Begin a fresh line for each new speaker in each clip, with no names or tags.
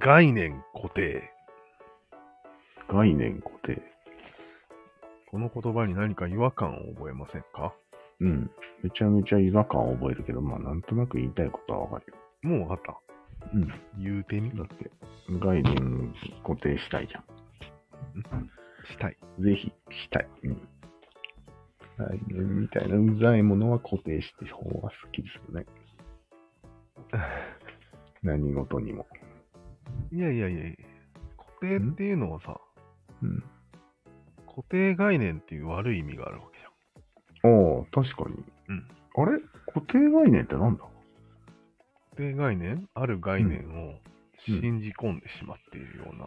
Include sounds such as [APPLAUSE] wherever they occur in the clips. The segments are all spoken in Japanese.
概念固定。
概念固定。
この言葉に何か違和感を覚えませんか
うん。めちゃめちゃ違和感を覚えるけど、まあ、なんとなく言いたいことはわかるよ。
もうわかった。
うん。
言うてみ
だって、概念固定したいじゃ
したい。
ん。ぜひ、したい。うん。概念みたいなうざいものは固定して方が好きです
[LAUGHS]
よね。何事にも。
いやいやいや固定っていうのはさ、
うん。
固定概念っていう悪い意味があるわけじゃん。
ああ、確かに。
うん。
あれ固定概念ってなんだ
固定概念ある概念を
うん
信じ込んでしまっているような、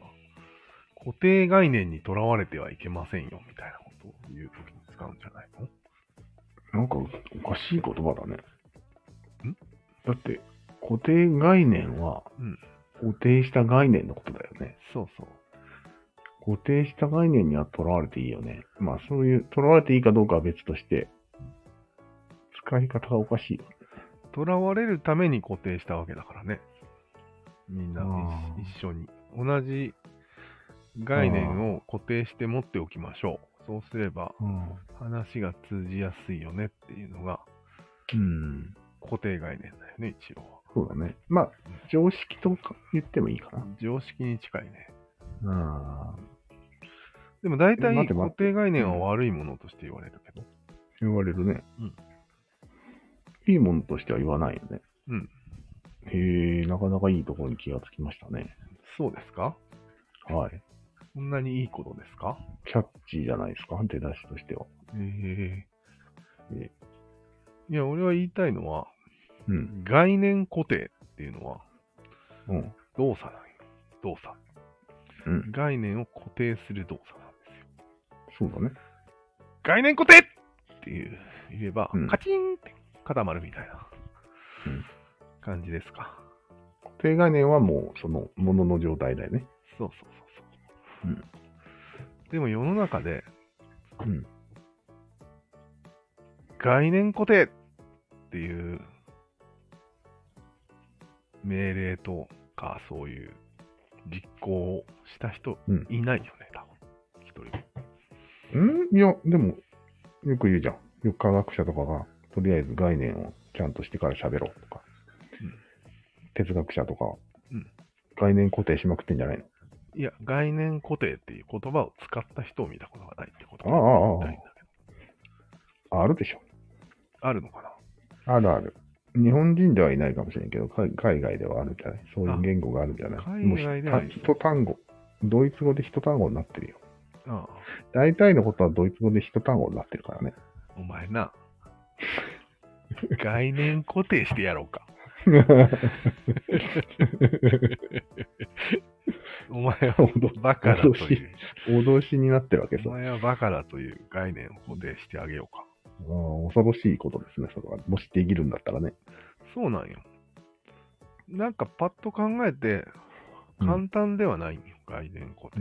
固定概念にとらわれてはいけませんよみたいなことを言うときに使うんじゃないの
なんかおかしい言葉だね。
ん
だって、固定概念は
うん、
固定した概念のことだよね。
そうそう。
固定した概念にはとらわれていいよね。まあそういう、とらわれていいかどうかは別として、使い方がおかしいよ。
とらわれるために固定したわけだからね。みんな
あー
一一緒に。同じ概念を固定して持っておきましょう。そうすれば話が通じやすいよねっていうのが
うん。
固定概念だよね、一応は。
そうだね。まあ、常識とか言ってもいいか
常識に近いね。
な。ああ。
でも大体
え待って
固
待って
定概念は悪いものとして言われるけど。
言われるね。
うん
いいものとしては言わないよね。
うん。
へえ、なかなかいいところに気がつきましたね。
そうですか
はい。
そんなにいいことですか
キャッチーじゃないですか、出だしとしては。
ええ
え
いや、俺は言いたいのは、
うん。
概念固定っていうのは
うん。
動作なんよ。動作。
うん。
概念を固定する動作なんですよ。
そうだね。
概念固定っていう言えば、
うん
カチンって固まるみたいな
うん
感じですか。
固定概念はもう、その、ものの状態だよね。
そうそうそうそう。
うん
でも世の中で
うん。
概念固定っていう命令とかそういう実行をした人
うん
いないよね、多分。一人も。
うんいや、でも、よく言うじゃん。よく科学者とかが、とりあえず概念をちゃんとしてから喋ろうとか、
うん
哲学者とか、
うん
概念固定しまくってんじゃないの
いや、概念固定っていう言葉を使った人を見たことがないってこと
ああああ
ないんだけど
ああるでしょ。
あるのかな
あるある。日本人ではいないかもしれんけど、海海外ではあるんじゃないそういう言語があるんじゃない
あ海外では
もうひた一単語。ドイツ語で一単語になってるよ。
ああ
大体のことはドイツ語で一単語になってる
[LAUGHS]
からね。 [LAUGHS]
お前な、概念固定してやろうか。お前はバカだという、
脅しになってるわけ
お
さ。あ
前はバカだという概念を固定してあげようか。
あ恐ろしいことですね、それは。もしできるんだったらね。
そうなんよ。なんかパッと考えて、
うん
簡単ではないんよ、概念固定。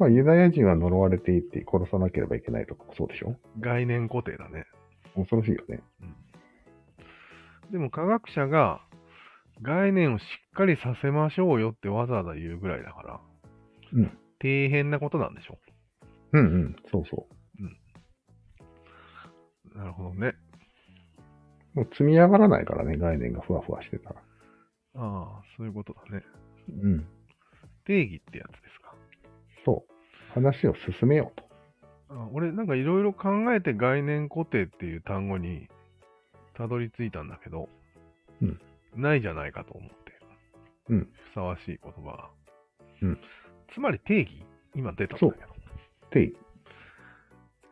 まあ、ユダヤ人は呪われていて殺さなければいけないとか、そうでしょ
概念固定だね。
恐ろしいよね。
でも科学者が概念をしっかりさせましょうよってわざわざ言うぐらいだから、
うん
底辺なことなんでしょ。
うんうん、そうそう
なるほどね。
う。もう積み上がらないからね、概念がふわふわしてたら。
ああ、そういうことだね。
うん、
定義ってやつですか。
そう。話を進めようと。
あ俺、なんかいろいろ考えて概念固定っていう単語にたどり着いたんだけど、
うん
ないじゃないかと思って。
うん
ふさわしい言葉が。
うん
つまり定義今出たんだけど。
定義。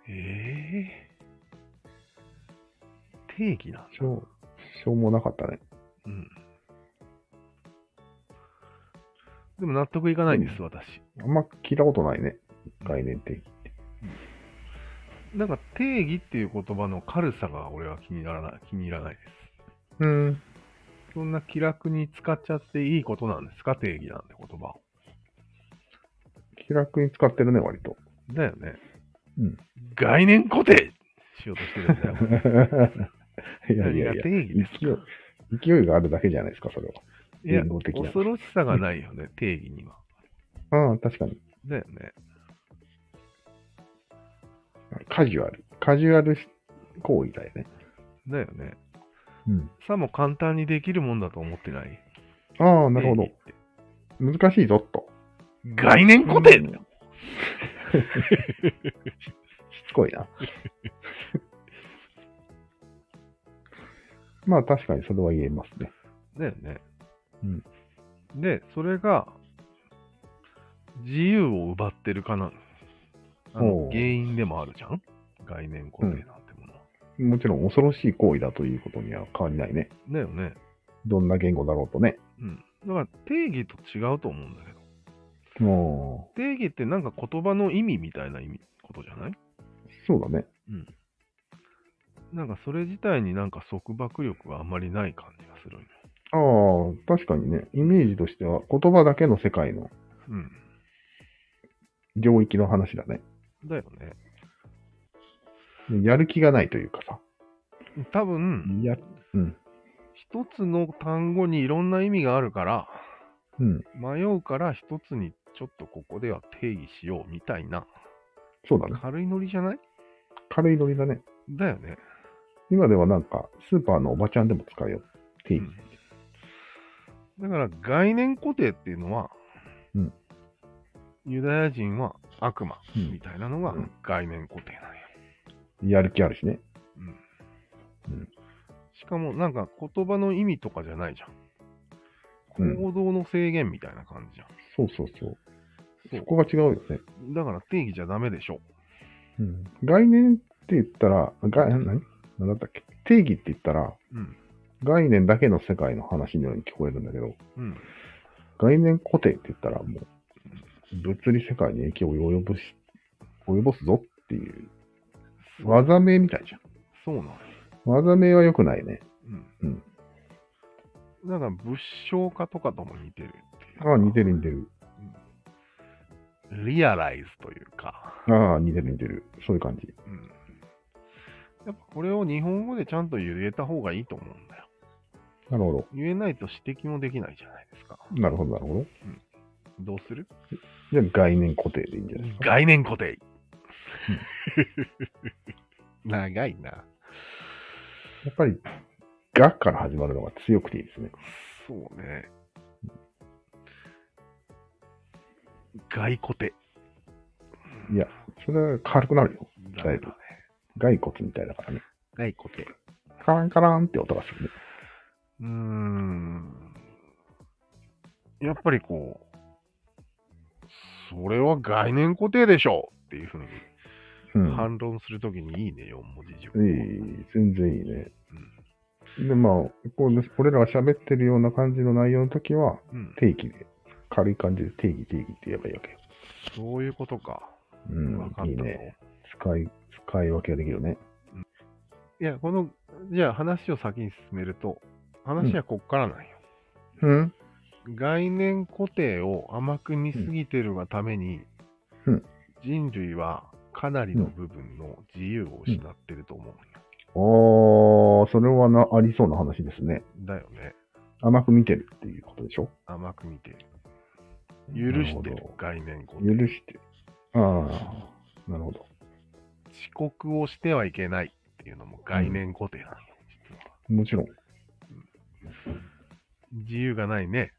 ええ定義なんだ
し。ょう、しょうもなかったね。
うん。でも納得いかないんです、私。
あんま聞いたことないね。概念定義。
なんか定義っていう言葉の軽さが俺は気にならない、気に入らないで
うん。
す。そんな気楽に使っちゃっていいことなんですか定義なんて言葉を。
気楽に使ってるね、割 [LAUGHS] と。
だよね。
うん。
概念固定しようとしてるんだよ。
[LAUGHS] いやいや
何が
いや
定義です
勢い。勢いがあるだけじゃないですか、それは。
いや
言語、的な
恐ろしさがないよね、定義には。
ああ、確かに。
だよね。
カジュアル。カジュアルし行為だよね。
だよね。
うん。
さも簡単にできるもんだと思ってない。
ああ、なるほ
定
ど
義。って
難しいぞ、と。
概念固定だよ
[LAUGHS] しつこいな。 [LAUGHS] まあ確かにそれは言えますね。
だよね。
うん
で、それが、自由を奪ってるかな。あ
お
の
う
原因でもあるじゃん概念固定なんてものは。
もちろん恐ろしい行為だということには変わりないね。
だよね。
どんな言語だろうとね。
うん。だから定義と違うと思うんだけど。
も、
定義ってなんか言葉の意味みたいな意味、ことじゃないう
そうだね。
なんかそれ自体になんか束縛力があんまりない感じがするんよ。
ああ、確かにね。イメージとしては言葉だけの世界の
うん。
領域の話だね。
だよね。
でやる気がないというかさ。
多分、
や、うん。
一つの単語にいろんな意味があるから、
うん。
迷うから一つにちょっとここでは定義しようみたいな
そうだね。
軽いノリじゃない
軽いノリだね。
だよね。
今ではなんか、スーパーのおばちゃんでも使うよ。定義。
だから概念固定っていうのは、
うん
ユダヤ人は悪魔
うん
みたいなのが
うん
概念固定なんや。
やる気あるしね。
うん
うん
しかもなんか言葉の意味とかじゃないじゃ。
うんん
行動の制限みたいな感じじゃん。
そうそうそう。
そう
そこが違うよね。
だから定義じゃダメでしょ。
うん概念って言ったら、概何何だったっけ定義って言ったら、
うん。
概念だけの世界の話のように聞こえるんだけど、
うん。
概念固定って言ったら、もう、物理世界に影響を及ぼし、及ぼすぞっていう、技名みたいじゃん。
そうなの。
技名は良くないね。
う
うんん。
だから物証化とかとも似てるっていう
ああ、似てる似てる。
リアライズというか、
ああ、似てる似てる。そういう感じ。
うん、やっぱこれを日本語でちゃんと言えた方がいいと思うんだよ。
なるほど。
言えないと指摘もできないじゃないですか。
なるほど、なるほど。
どうする
じゃあ概念固定でいいんじゃないですか。
概念固定 [LAUGHS] 長いな。
やっぱり、がから始まるのが強くていいですね。
そうね。外固定。
いや、それは軽くなるよ。
ダメ
だいぶ
ね。
骸骨みたいだからね。
外固定。
カランカランって音がするね。
うーん。やっぱりこう、それは概念固定でしょうっていうふうに
うん。
反論するときにいいね、4文字熟
い
語。
い、全然いいね。で、まあ、こう俺らが喋ってるような感じの内容の時は、
うん。
定義で、軽い感じで定義定義って言えばいいわけよ。
そういうことか。わか
う
っ
ん、
た
いい
ぞ
ね。使い、使い分けができるね。
いや、この、じゃあ話を先に進めると、話はこっからなんよ。
うん
概念固定を甘く見すぎてるがために、
うん
人類はかなりの部分の自由を失ってると思うんよ。
おー、それはな、ありそうな話ですね。
だよね。
甘く見てるっていうことでしょ
甘く見てる。許してる
なるほ
概念固定。
ど許して。ああ、なるほど。
遅刻をしてはいけないっていうのも概念固定なんよ、実は。
もちろん、
自由がないね。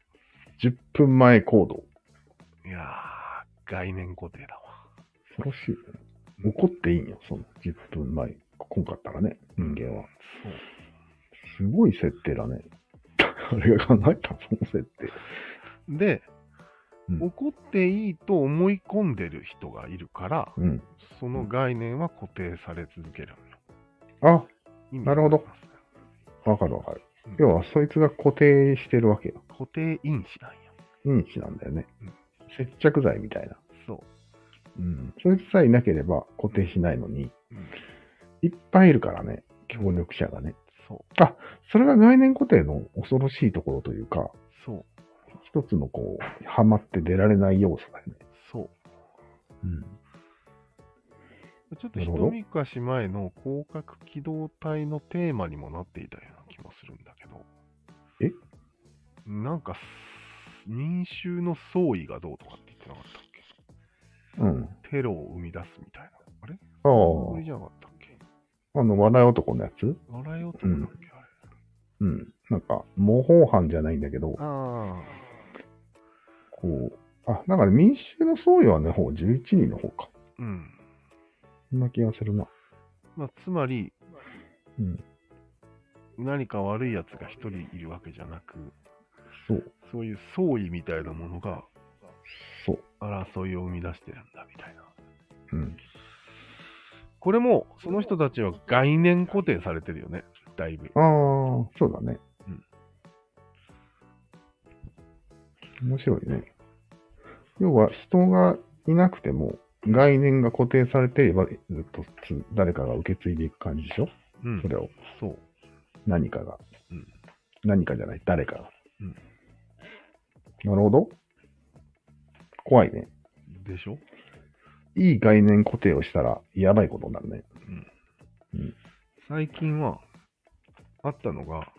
10分前行動。
いやー、概念固定だわ。
恐ろしいよね。怒っていいんよ、その10分前。こんかったらね、人間は。
そう。
すごい設定だね。あれが考えた、その設定。
で、
うん
怒っていいと思い込んでる人がいるから、
うん。
その概念は固定され続ける
あ、
のよ。
なるほど
意味があります
わかるわかる
うん。
要は、そいつが固定してるわけよ。
固定因子なんよ。
認知なんだよね
うん。
接着剤みたいな。
そ
うん。そいつさえいなければ固定しないのに、
う。うん、
いっぱいいるからね、協力者がね。
そう。
それが概念固定の恐ろしいところというか、
そう。
一つのこう、ハマって出られない要素だよね。
そう。
うん。
ちょっと
な
一
るほど
昔前の広角機動隊のテーマにもなっていたような気もするんだけど。
え
なんか、民衆の総意がどうとかって言ってなかったっ
うん。
けテロを生み出すみたいな。あれ
あ
それじゃなかったっけ
あ。あの、笑い男のやつ
笑い男だっけ、あれ。
うん。なんか、模倣犯じゃないんだけど、
あ
こう、あ、なんかね、民衆の僧侶はね、ほう、11人の方か。
あ。うん。
そんな気がするな。
まあ、つまり、
うん
何か悪い奴が一人いるわけじゃなく、
そう、
そういう総意みたいなものが
そう。
争いを生み出してるんだみたいな。
うん。
これも、その人たちは概念固定されてるよね、だいぶ。
ああ、そうだね。
うん。
面白いね。要は、人がいなくても、概念が固定されていれば、ずっとつ誰かが受け継いでいく感じでしょ
うん
そ。れを、
そう。
何かが。
うん
何かじゃない、誰かが。
うん
なるほど。怖いね。
でしょ
いい概念固定をしたら、やばいことになるね。
最近は、あったのが、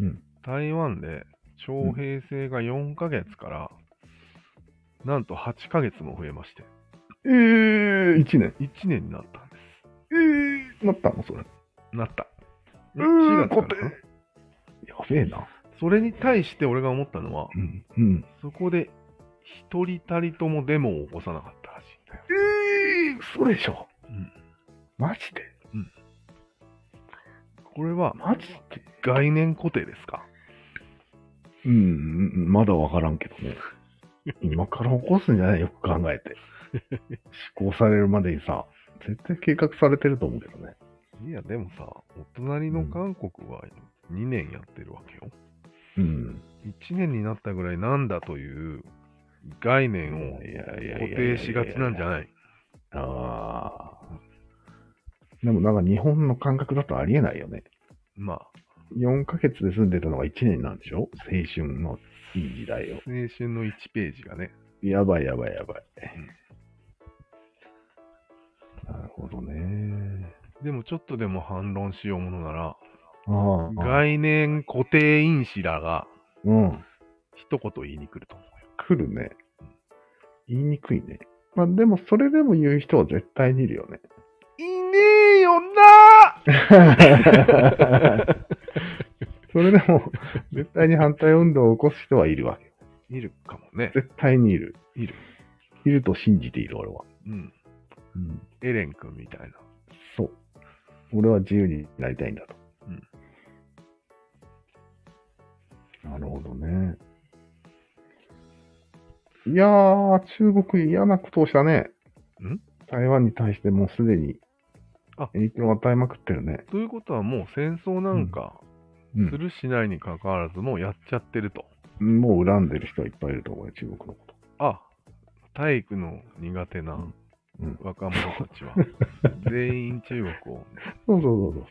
うん
台湾で徴兵制が4ヶ月から、なんと8ヶ月も増えまして、
ええー、1年。
1年になったんで
ええー、なったのそれ。
す。なった。
うーん
4月からかな
固やべえな。
それに対して俺が思ったのは、
うん。うん。
そこで一人たりともデモを起こさなかったらしいんだよ。
ええー、嘘でしょ。
うん。
マジで
これは
マジで
概念固定ですか
うんうん、うんまだわからんけど
[LAUGHS]
ね。今から起こすんじゃないよく考えて。施行されるまでにさ、絶対計画されてると思うけどね。
いや、でもさ、お隣の韓国は2年やってるわけよ。
うん。
1年になったぐらいなんだという概念を
いやいやいやいや
固定しがちなんじゃない
ああ。でもなんか日本の感覚だとありえないよね。
まあ、
4ヶ月で住んでたのが1年なんでしょ青春のいい時代を。
青春の1ページがね。
やばいやばいやばい。なるほどね。
でもちょっとでも反論しようものなら、
ああ。
概念固定因子らが
うん。
一言言いに来ると思うよ。
来るね。言いにくいね。まあでも、それでも言う人は絶対にいるよね。
いねえよな
それでも、絶対に反対運動を起こす人はいるわけよ。
いるかもね。
絶対にいる。
いる。
いると信じている、俺は。
うん。
うん。
エレン君みたいな。
そう。俺は自由になりたいんだと。
うん
なるほどね。いやー、中国嫌なことをしたね。
ん
台湾に対してもうすでに
あ
影響を与えまくってるね。
ということはもう戦争なんか
う
するしないに関わらずもうやっちゃってると。
ん。もう恨んでる人はいっぱいいると思うよ、中国のこと。
あ、体育の苦手な
うん
若者た
[LAUGHS]
ちは全員中国を
そうそうそうそう。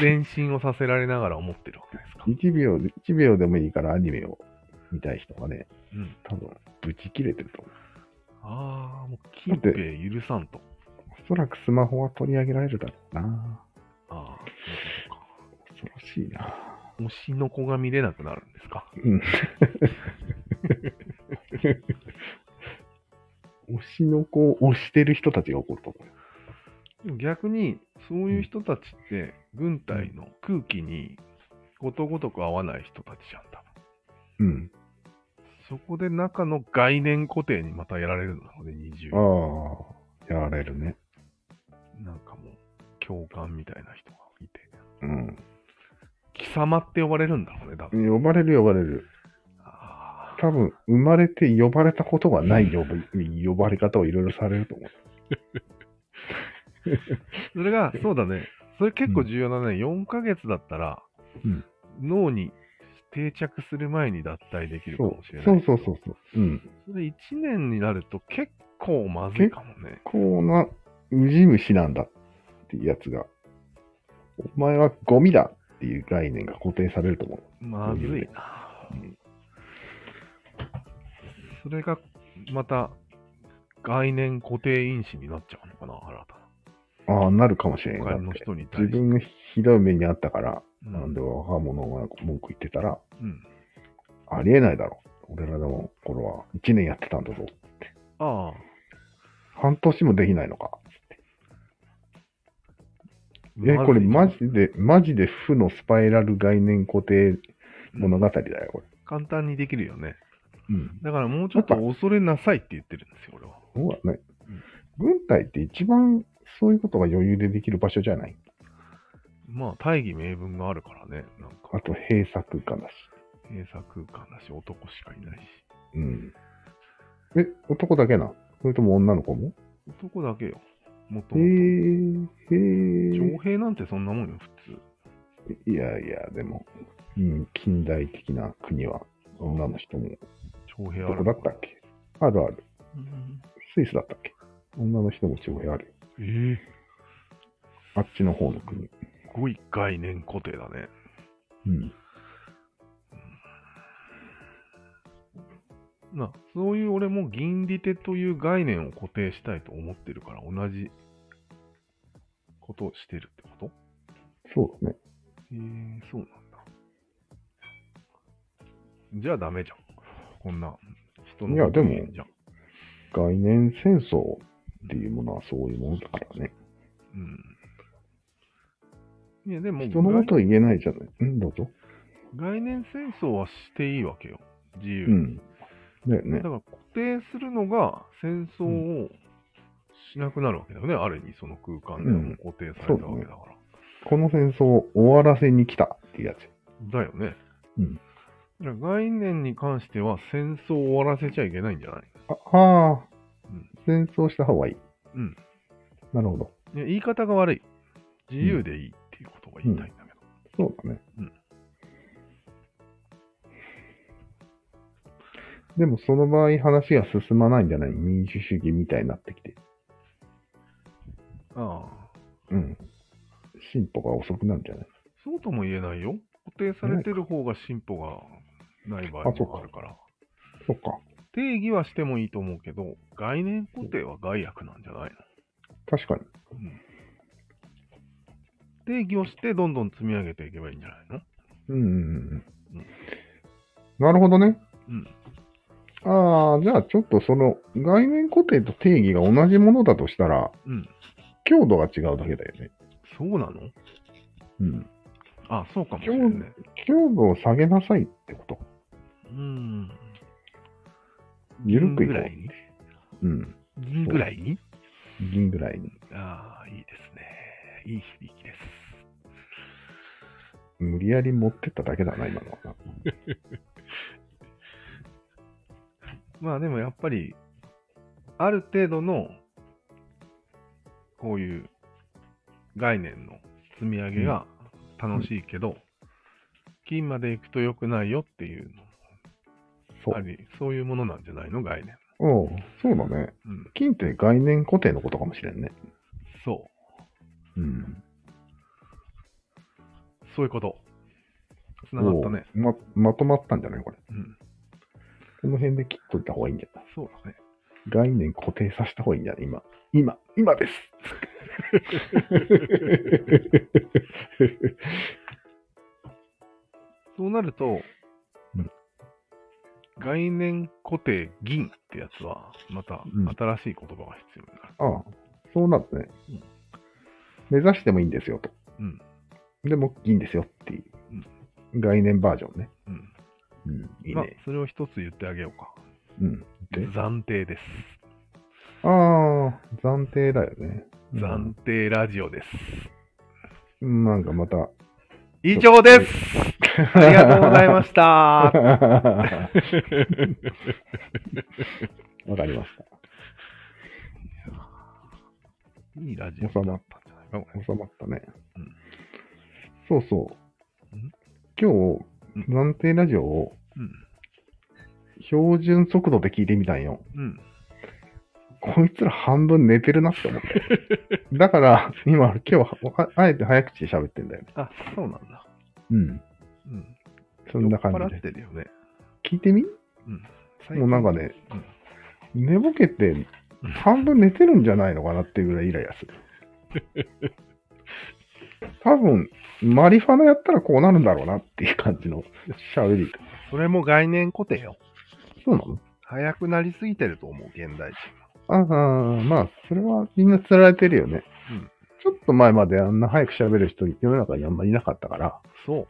前進をさせられながら思ってるわけです
[LAUGHS]
か。
1秒で、1秒でもいいからアニメを見たい人がね、
うん。
多分、ブチ切れてると思う。
ああ、もう近平許さんと。
おそらくスマホは取り上げられるだろうな。
ああ、
恐ろしいな。
そうか。推しの子が見れなくなるんですか。
うん。推しの子を推してる人たちが怒ると思うよ。
でも逆に、そういう人たちって、軍隊の空気にことごとく合わない人たちじゃんだ。
うん。
そこで中の概念固定にまたやられるので、20。
ああ、やられるね。
なんかもう、共感みたいな人がいて。
う
貴様って呼ばれるんだろうね、多分。
ん。呼ばれる呼ばれる。
あ
多分、生まれて呼ばれたことがない呼び呼ばれ方をいろいろされると思う。
ーそれが、そうだね。それ結構重要だね。4ヶ月だったら、
うん
脳に定着する前に脱退できるか
そ
も
う
しれない。
そうそうそうそう。うん。
それ1年になると結構まずいかもね。
こうな、ウジ虫なんだっていうやつが、お前はゴミだっていう概念が固定されると思う。
まずいな。それがまた概念固定因子になっちゃうのかな、新
ああ、なるかもしれ
た
ん
な。他
だって
の人に対し
自
て。
分がひどい目にあったから、
うん
なんで若者が文句言ってたら、
うん
ありえないだろ。俺らの頃は1年やってたんだぞ。
ああ。
半年もできないのか。え、これマジで、マジで負のスパイラル概念固定物語だよ、これ。
簡単にできるよね。
うん。
だからもうちょっと恐れなさいって言ってるんですよ、俺は。
そうだね。軍隊って一番そういうことが余裕でできる場所じゃない
まあ、大義名分があるからね。なんか、
あと閉鎖空間だし。
閉鎖空間だし、男しかいないし。
うん。え、男だけなそれとも女の子も
男だけよ。もと
へえ
も
へ
と。
え
徴兵なんてそんなもんよ、普通。
いやいや、でも、うん、近代的な国は女の人も。
徴兵あ
どこ
る
だったっけあるある。
うん
スイスだったっけ女の人も地方あるよ。
え
あっちの方の国。
えすごい概念固定だね。
うん。
な、そういう俺も銀利手という概念を固定したいと思ってるから、同じことをしてるってこと
そうだね。
へえそうなんだ。じゃあダメじゃん。こんな人の
いやでも
意見じゃん。
概念戦争っていうものはそういうものだからね。
うん。いやでも
人のことは言えないじゃない。うん、どうぞ。
概概念戦争はしていいわけよ。自由
う
に。
ん。だよね
だか。ら固定するのが戦争をしなくなるわけだよね。ある意味その空間ではもう固定されたわけだから。
この戦争を終わらせに来たっていうやつ。
だよね。
うん
だから概念に関しては戦争を終わらせちゃいけないんじゃない
ああ
う
ー、
ん
戦争した方がいい。
うん。
なるほど。
いや言い方が悪い。自由でいいっていうことが言いたいんだけど。
そうだね。
うん
でもその場合話が進まないんじゃない民主主義みたいになってきて。
ああ、
うん。進歩が遅くなるんじゃない
そうとも言えないよ。固定されてる方が進歩がない場合
あそう
も
か
あるから。
そっか。
定義はしてもいいと思うけど、概念固定は害悪なんじゃないの
確かに。
定義をしてどんどん積み上げていけばいいんじゃないの
うんうん
うん
うん。なるほどね。
うん。
ああ、じゃあちょっとその概念固定と定義が同じものだとしたら、
うん。
強度が違うだけだよね。
そうなの
うん。
あ、そうかもしれないね。
強度を下げなさいってこと。
うん。
ゆるくい
銀ぐ
こ
らいに
う。うん。
銀ぐらいに
銀ぐらいに。
ああ、いいですね。いい響きです。
無理やり持ってっただけだな、今のはな。
まあでもやっぱり、ある程度の、こういう概念の積み上げが楽しいけど、金まで行くと良くないよっていう
そ
の、あ
う。
り、そういうものなんじゃないの概念。
うん、そうだね。
うん。
金って概念固定のことかもしれんね。
そ
うん。
う。そういうこと。つながったね。
おう。ま、まとまったんじゃないこれ。
うん。
この辺で切っといた方がいいんじゃない
そうだね。
概念固定させた方がいいんじゃない今。今、
[LAUGHS]
今です
そうなると、
うん
概念固定銀ってやつは、また
うん
新しい言葉が必要になる。
ああ、そうなるね
うん。
目指してもいいんですよと。
うん。
でも、いいんですよっていう。概念バージョンね。
うん。
うん、いい
まあ
ね。、
それを一つ言ってあげようか。
うん。で、
暫定です。
ああ、暫定だよね。
暫定ラジオです。
うん、なんかまた。
以上ですありがとうござ
[LAUGHS]
いまし [LAUGHS] た
わかりまし
いいラジオだったんじゃないか、こ
た。収まったね。
うん
そうそう。
うん
今
う
日、暫定ラジオを
れ。
標準速度で聞いてみたんよ。
うん。うん。
こいつら半分寝てるなって思って。
[LAUGHS]
だから、今、今日は、ああえて早口で喋ってんだよね。
あ、そうなんだ。
うん。
うん。
そんな感
酔っ
じ
払っ
で。
てるよね。
聞いてみ
うん。
もうなんかね、寝ぼけて、半分寝てるんじゃないのかなっていうぐらいイライラする。
[LAUGHS]
多分、マリファナやったらこうなるんだろうなっていう感じの喋り。
それも概念固定よ。
そうなの
早くなりすぎてると思う、現代人。
ああ、まあ、それはみんな釣られてるよね。
うん
ちょっと前まであんな早く喋る人世の中にあんまりいなかったから、
そう。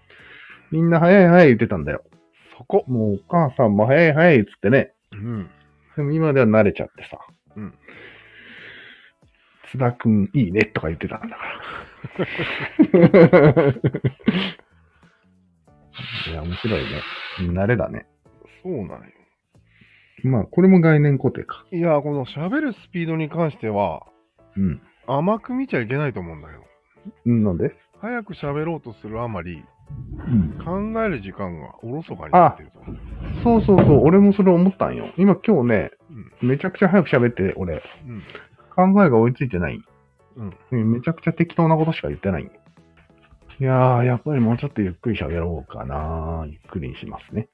みんな早い早い言ってたんだよ。
そこ。
もうお母さんも早い早いっつってね。
うん。
でも今では慣れちゃってさ。
うん。
津田くんいいねとか言ってたん
[LAUGHS]
だから。いや、面白いね。慣れだね。
そうなんよ。
まあ、これも概念固定か。
いや、この喋るスピードに関しては、
うん。
甘く見ちゃいけないと思うんだよ。
うんなんで
早く喋ろうとするあまり、
うん。
考える時間がおろそかになってると思う。
そうそうそう。俺もそれ思ったんよ。今今日ね、
うん。
めちゃくちゃ早く喋って、俺、
うん。
考えが追いついてない。
うん。
めちゃくちゃ適当なことしか言ってない。いやー、やっぱりもうちょっとゆっくり喋ろうかなゆっくりにしますね。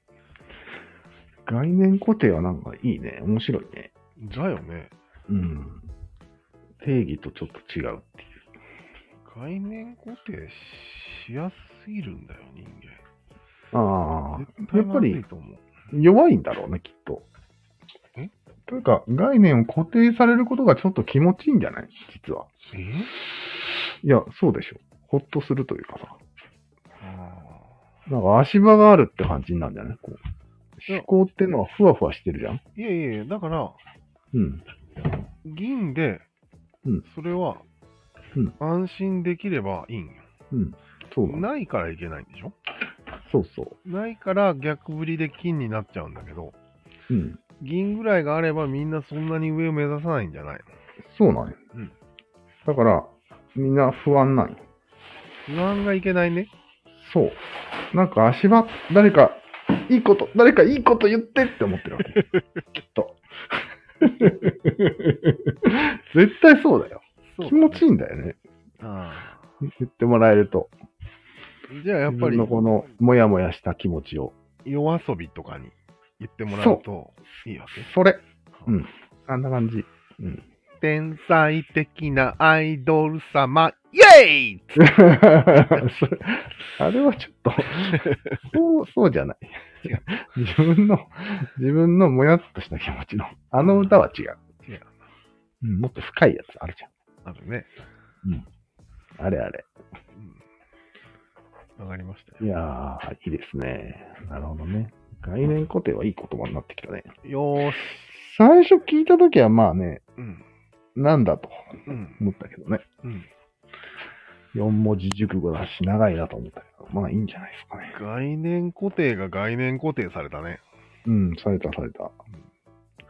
概念固定はなんかいいね。面白いね。
だよね。
うん。定義とちょっと違うっていう。
概念固定しやすぎるんだよ、人間。
ああ、
絶対
やっぱり
まずいと思う。
弱いんだろうね、きっと。
え
というか、概念を固定されることがちょっと気持ちいいんじゃない実は。
え
いや、そうでしょ。ほっとするというかさ。
あ
なんか足場があるって感じになるんじゃないこう
いや
思考ってのはふわふわしてるじゃん
ーいやいやいや、だから、
うん。
銀で
うん、
それは
うん、
安心できればいいんよ。
うん。そうだね。
ないからいけないんでしょ
そうそう。
ないから逆振りで金になっちゃうんだけど、
うん。
銀ぐらいがあればみんなそんなに上を目指さないんじゃない
そうなんよ。
うん
だから、みんな不安なんよ。
の不安がいけないね。
そう。なんか足場、誰か、いいこと、誰かいいこと言ってって思っ
[LAUGHS]
てるわけ。きっと。 [LAUGHS] 絶対そうだよ。
そう
気持ちいいんだよね。
ああ
言ってもらえると。
じゃあやっぱ
自分
り
のこの、もやもやした気持ちを。
夜遊びとかに言ってもらうといいわけ。
それ。うん。あんな感じ。うん。 [LAUGHS]
天才的なアイドル様、イェーイ
それあれはちょっ [LAUGHS] と、そう、そうじゃない。違う自分の、自分のもやっとした気持ちの、あの歌は違う。
違う
うん、もっと深いやつあるじ
あるね。
ゃん。あれあれ。
わかりました
いやー、いいですね。なるほどね。概念固定はいい言葉になってきたね。
よ。よーし。
最初聞いたときはまあね、
うん。
なんだと
うん。
思ったけどね。
うん。
4文字熟語だし、長いなと思ったけど、まあいいんじゃないですかね。
概念固定が概念固定されたね。
うん、されたされた。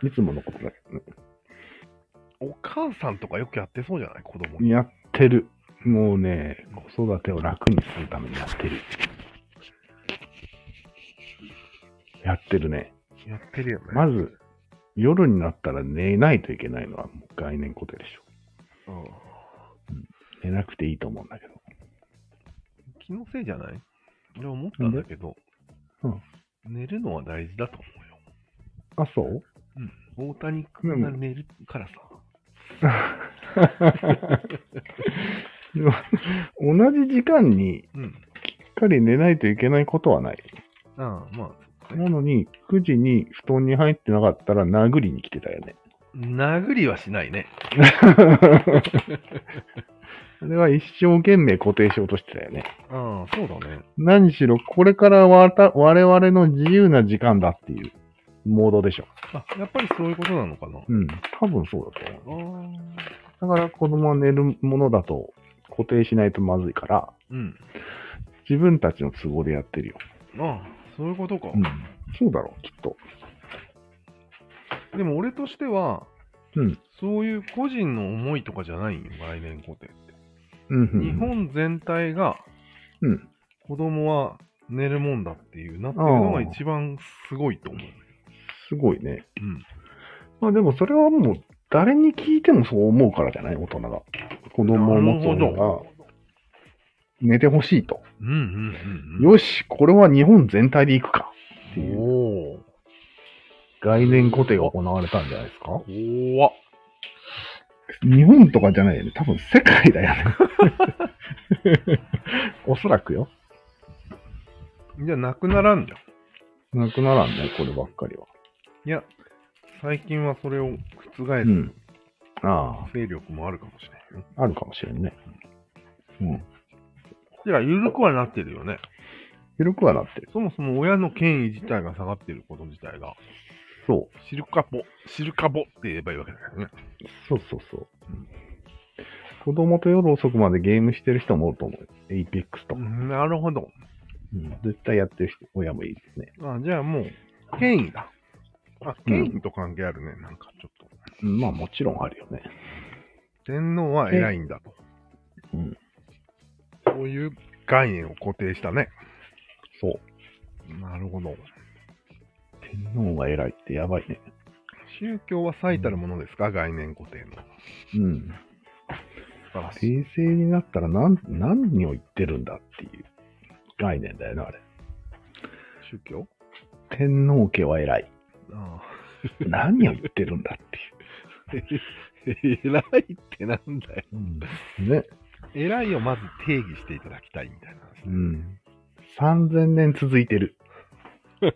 いつものことだけどね。
お母さんとかよくやってそうじゃない子供に。
やってる。もうね、子育てを楽にするためにやってる。やってるね。
やってるよね。
まず、夜になったら寝ないといけないのはもう概念固定でしょ。
うん
寝なくていいと思うんだけど。
気のせいじゃない俺思ったんだけど、
うん
寝るのは大事だと思うよ。
あ、そう
うん。大谷君が寝るからさ。
でも [LAUGHS] 同じ時間にし
うん。
っかり寝ないといけないことはない。
ああ、まあ、そうかね
なのに、9時に布団に入ってなかったら殴りに来てたよね。
殴りはしないね。
[LAUGHS] それは一生懸命固定しようとしてたよね。
ああ、そうだね。
何しろ、これからわた我々の自由な時間だっていうモードでしょ。
あ、やっぱりそういうことなのかな。
うん。多分そうだと思
あ
う。
あ。
だから子供は寝るものだと固定しないとまずいから、
うん。
自分たちの都合でやってるよ。
ああ、そういうことか。
うん。そうだろう、きっと。
でも俺としては、
うん。
そういう個人の思いとかじゃないんよ、概念固定って。
うんうん。
日本全体が
うん。
子供は寝るもんだっていうなってるのが一番すごいと思う。
すごいね。
うん。
まあでもそれはもう誰に聞いてもそう思うからじゃない大人が。子供を持つ
な
の
るほ
が
ど
寝てほしいと。
うんうんうん
よし、これは日本全体で行くか。って
うん。
いう
おー。
概念固定が行われたんじゃないですか
怖っ。
日本とかじゃないよね。多分世界だよ
[LAUGHS]
ね。おそらくよ。
じゃあなくならんじゃん。
なくならんね、こればっかりは。
いや、最近はそれを覆
う
す
ん。あ
勢力もあるかもしれないよ。
あ、あるかもしれんね。うん。
いや、緩くはなってるよね。
緩くはなってる。
そもそも親の権威自体が下がってること自体が、
そう。
シルカポ、シルカボって言えばいいわけだからね。
そうそうそう。子供と夜遅くまでゲームしてる人もおると思う。エイペックスとか。
なるほど。
うん絶対やってる人、親もいいですね。
あじゃあもう、権威だ。あ、権威と関係あるね。なんかちょっと。
うんまあもちろんあるよね。
天皇は偉いんだと。
うん。
そういう概念を固定したね。
そう。
なるほど。
天皇が偉いってやばいね。
宗教は最たるものですか、概念固定の。
うん。
素晴らしい。
平成になったら何、何を言ってるんだっていう概念だよな、あれ。
宗教
天皇家は偉い。
あ
何を言ってるんだってい
あ。偉いってなんだよ。
う。ね。
偉いをまず定義していただきたいみたいな話
う
ね。
ん。3000年続いてる。 [LAUGHS]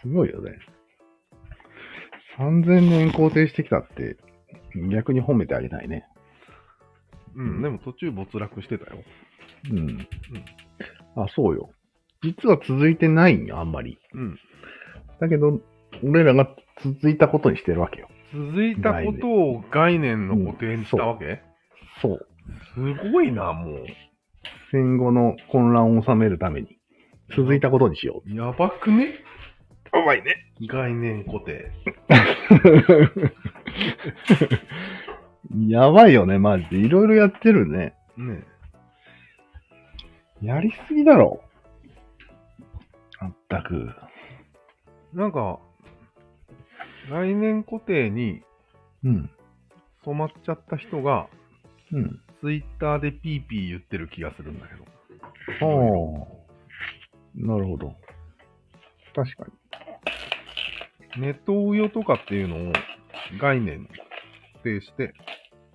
すごいよね。3000年肯定してきたって、逆に褒めてあげないね。
うん、でも途中没落してたよ。
うん。あ、そうよ。実は続いてないんよ、あんまり。
うん。
だけど、俺らが続いたことにしてるわけよ。
続いたことを概念の固定にしたわけ、
そう。
すごいな、もう。
戦後の混乱を収めるために、続いたことにしよう。
やばくねやばいね。概念固定。
やばいよね、マジで。いろいろやってるね。
ね
やりすぎだろ。まったく。
なんか、概念固定に
うん。
染まっちゃった人が、
うん。
ツイッターでピーピー言ってる気がするんだけど。
ああ。なるほど。確か
ネトウヨとかっていうのを概念に固定して、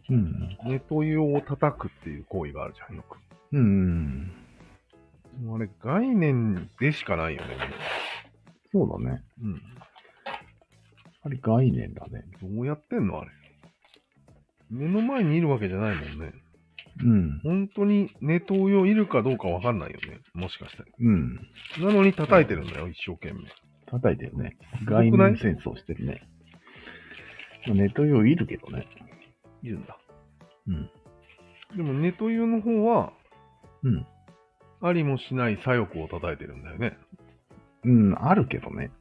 に。うん。
ネトウヨを叩くっていう行為があるじゃん、よく。
うん。
もうあれ、概念でしかないよね。
そうだね。
もう
あれ概念だね。
うん。どうやってんのあれ。目の前にいるわけじゃないもんね。
うん。
本当にネトウヨいるかどうかわかんないよね。もしかした
うん。
ら。なのに叩いてるんだよ、一生懸命。
叩いてるね。
ごくない
概念戦争してるね。ネット用いるけどね。
いるんだ。
うん。
でもネトウヨの方は、
うん。
ありもしない左翼を叩いてるんだよね。
うん、あるけどね。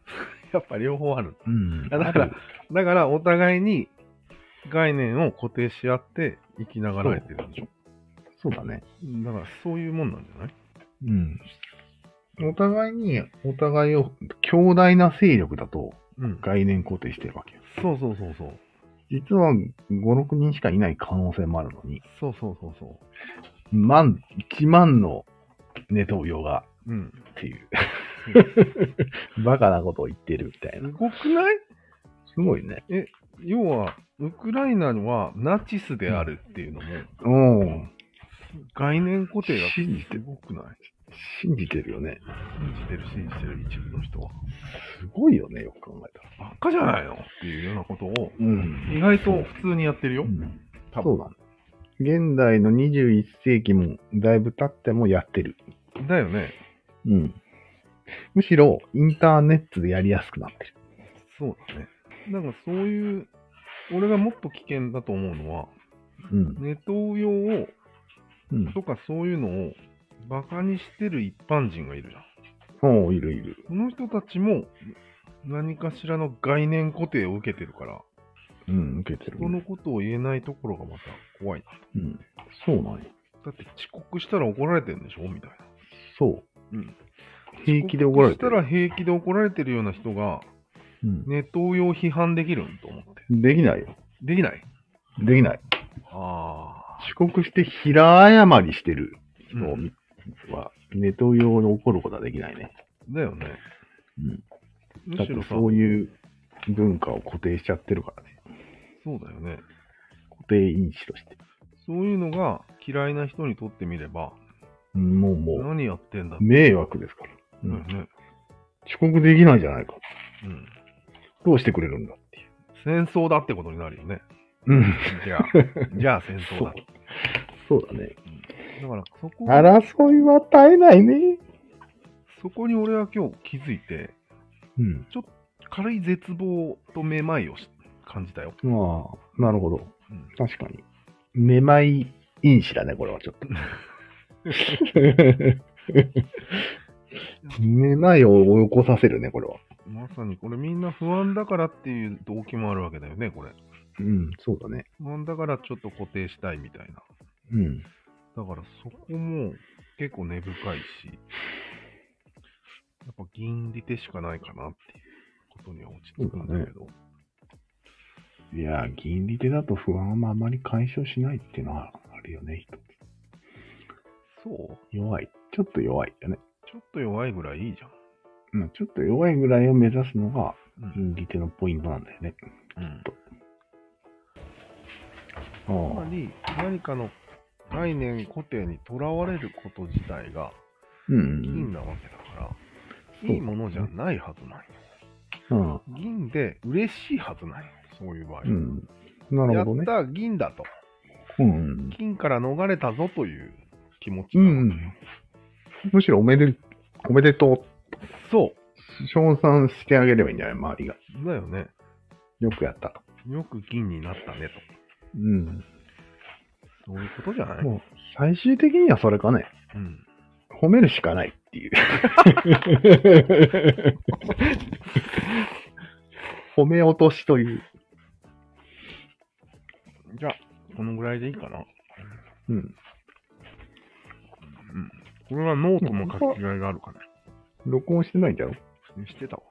やっぱ両方ある。
うん
あだからだから、お互いに概念を固定し合って生きながらえてるんでしょ。
そうだね。
だから、そういうもんなんじゃない
うん。お互いに、お互いを強大な勢力だと
うん。
概念肯定してるわけよ。
そうそうそうそう。
実は5、6人しかいない可能性もあるのに、
そうそうそうそ
万、1万のネトウヨが
う。うん。
っていう。バカなことを言ってるみたい
す
な。
ごくない
すごいね。
要は、ウクライナはナチスであるっていうのも、
うん。
概念固定がす
信じて
ごくない
信じてるよね。
信じてる、信じてる一部の人は。
すごいよね、よく考えたら。
バカじゃないのっていうようなことを、
うん
意外と普通にやってるよ。多
そうだね。現代の21世紀もだいぶ経ってもやってる。
分。だよね。
うん。むしろインターネットでやりやすくなってる。
そうだね。なんかそういう、俺がもっと危険だと思うのは、
うん。
ネトウヨを、
うん。
とかそういうのを、バカにしてる一般人がいるじゃん。
おういるいる。
その人たちも、何かしらの概念固定を受けてるから、
うん、受けてる。
人のことを言えないところがまた怖いな。
うん。そうなんよ。
だって遅刻したら怒られてるんでしょみたいな。
そう。
うん
平気で怒られて
遅刻したら平気で怒られてるような人が、
うん
ネトウヨを批判できるんと思って。
できないよ。
できない
できない。
ああ。
遅刻して平謝りしてる人
うん
は、ネトウヨに怒ることはできないね。
だよね。
うん。
む
だっ
してろさ、
そういう文化を固定しちゃってるからね。
そうだよね。
固定因子として。
そういうのが嫌いな人にとってみれば、
もうもう、
何やってんだって
迷惑ですから。
だよね。
遅刻できないじゃないか。
うん。
どうしてくれるんだっていう。
戦争だってことになるよね。
うん。
じゃ [LAUGHS] あ、じゃあ戦争だ。
そうそうだね。
だから、そこ、
争いは絶えないね。
そこに俺は今日気づいて、
うん。
軽い絶望とめまいをし感じたよ。
まあ、なるほど。
うん
確かに。めまい因子だね、これはちょっ [LAUGHS] と。めまいを起こさせるね、これは。
まさにこれみんな不安だからっていう動機もあるわけだよね、これ。
うん、そうだね。
不安だからちょっと固定したいみたいな。
うん。
だからそこも結構根深いし、やっぱ銀利手しかないかなっていうことには落ち着くんだけど、
いや、銀利手だと不安はあまり解消しないっていうのはあるよね、一つ
そう
弱い。ちょっと弱いよね。
ちょっと弱いぐらいいいじゃん。
うん、ちょっと弱いぐらいを目指すのが
うん。
銀利手のポイントなんだよね。
うん、
あ
つま
あ。
り何かの概念固定にとらわれること自体が
うんうん
銀なわけだから、
うん
いいものじゃないはずなんよ。
うん。
銀で嬉しいはずなんよ。そういう場合。
うん。なるほどね。
やった銀だと。
うんうん。
金から逃れたぞという気持ち
う
なの
んうん。むしろおめで、おめでと、
そう
称賛してあげればいいんじゃない周りが。
う。だよね。
よくやったと。
よく銀になったね
うん。
と。そういうことじゃない、
もう、最終的にはそれかね。
うん、
褒めるしかないっていう。褒め落としという。
じゃあ、このぐらいでいいかな。
うん。
これはノートの書き違いがあるかね。
録音してないんだろ
してたわ。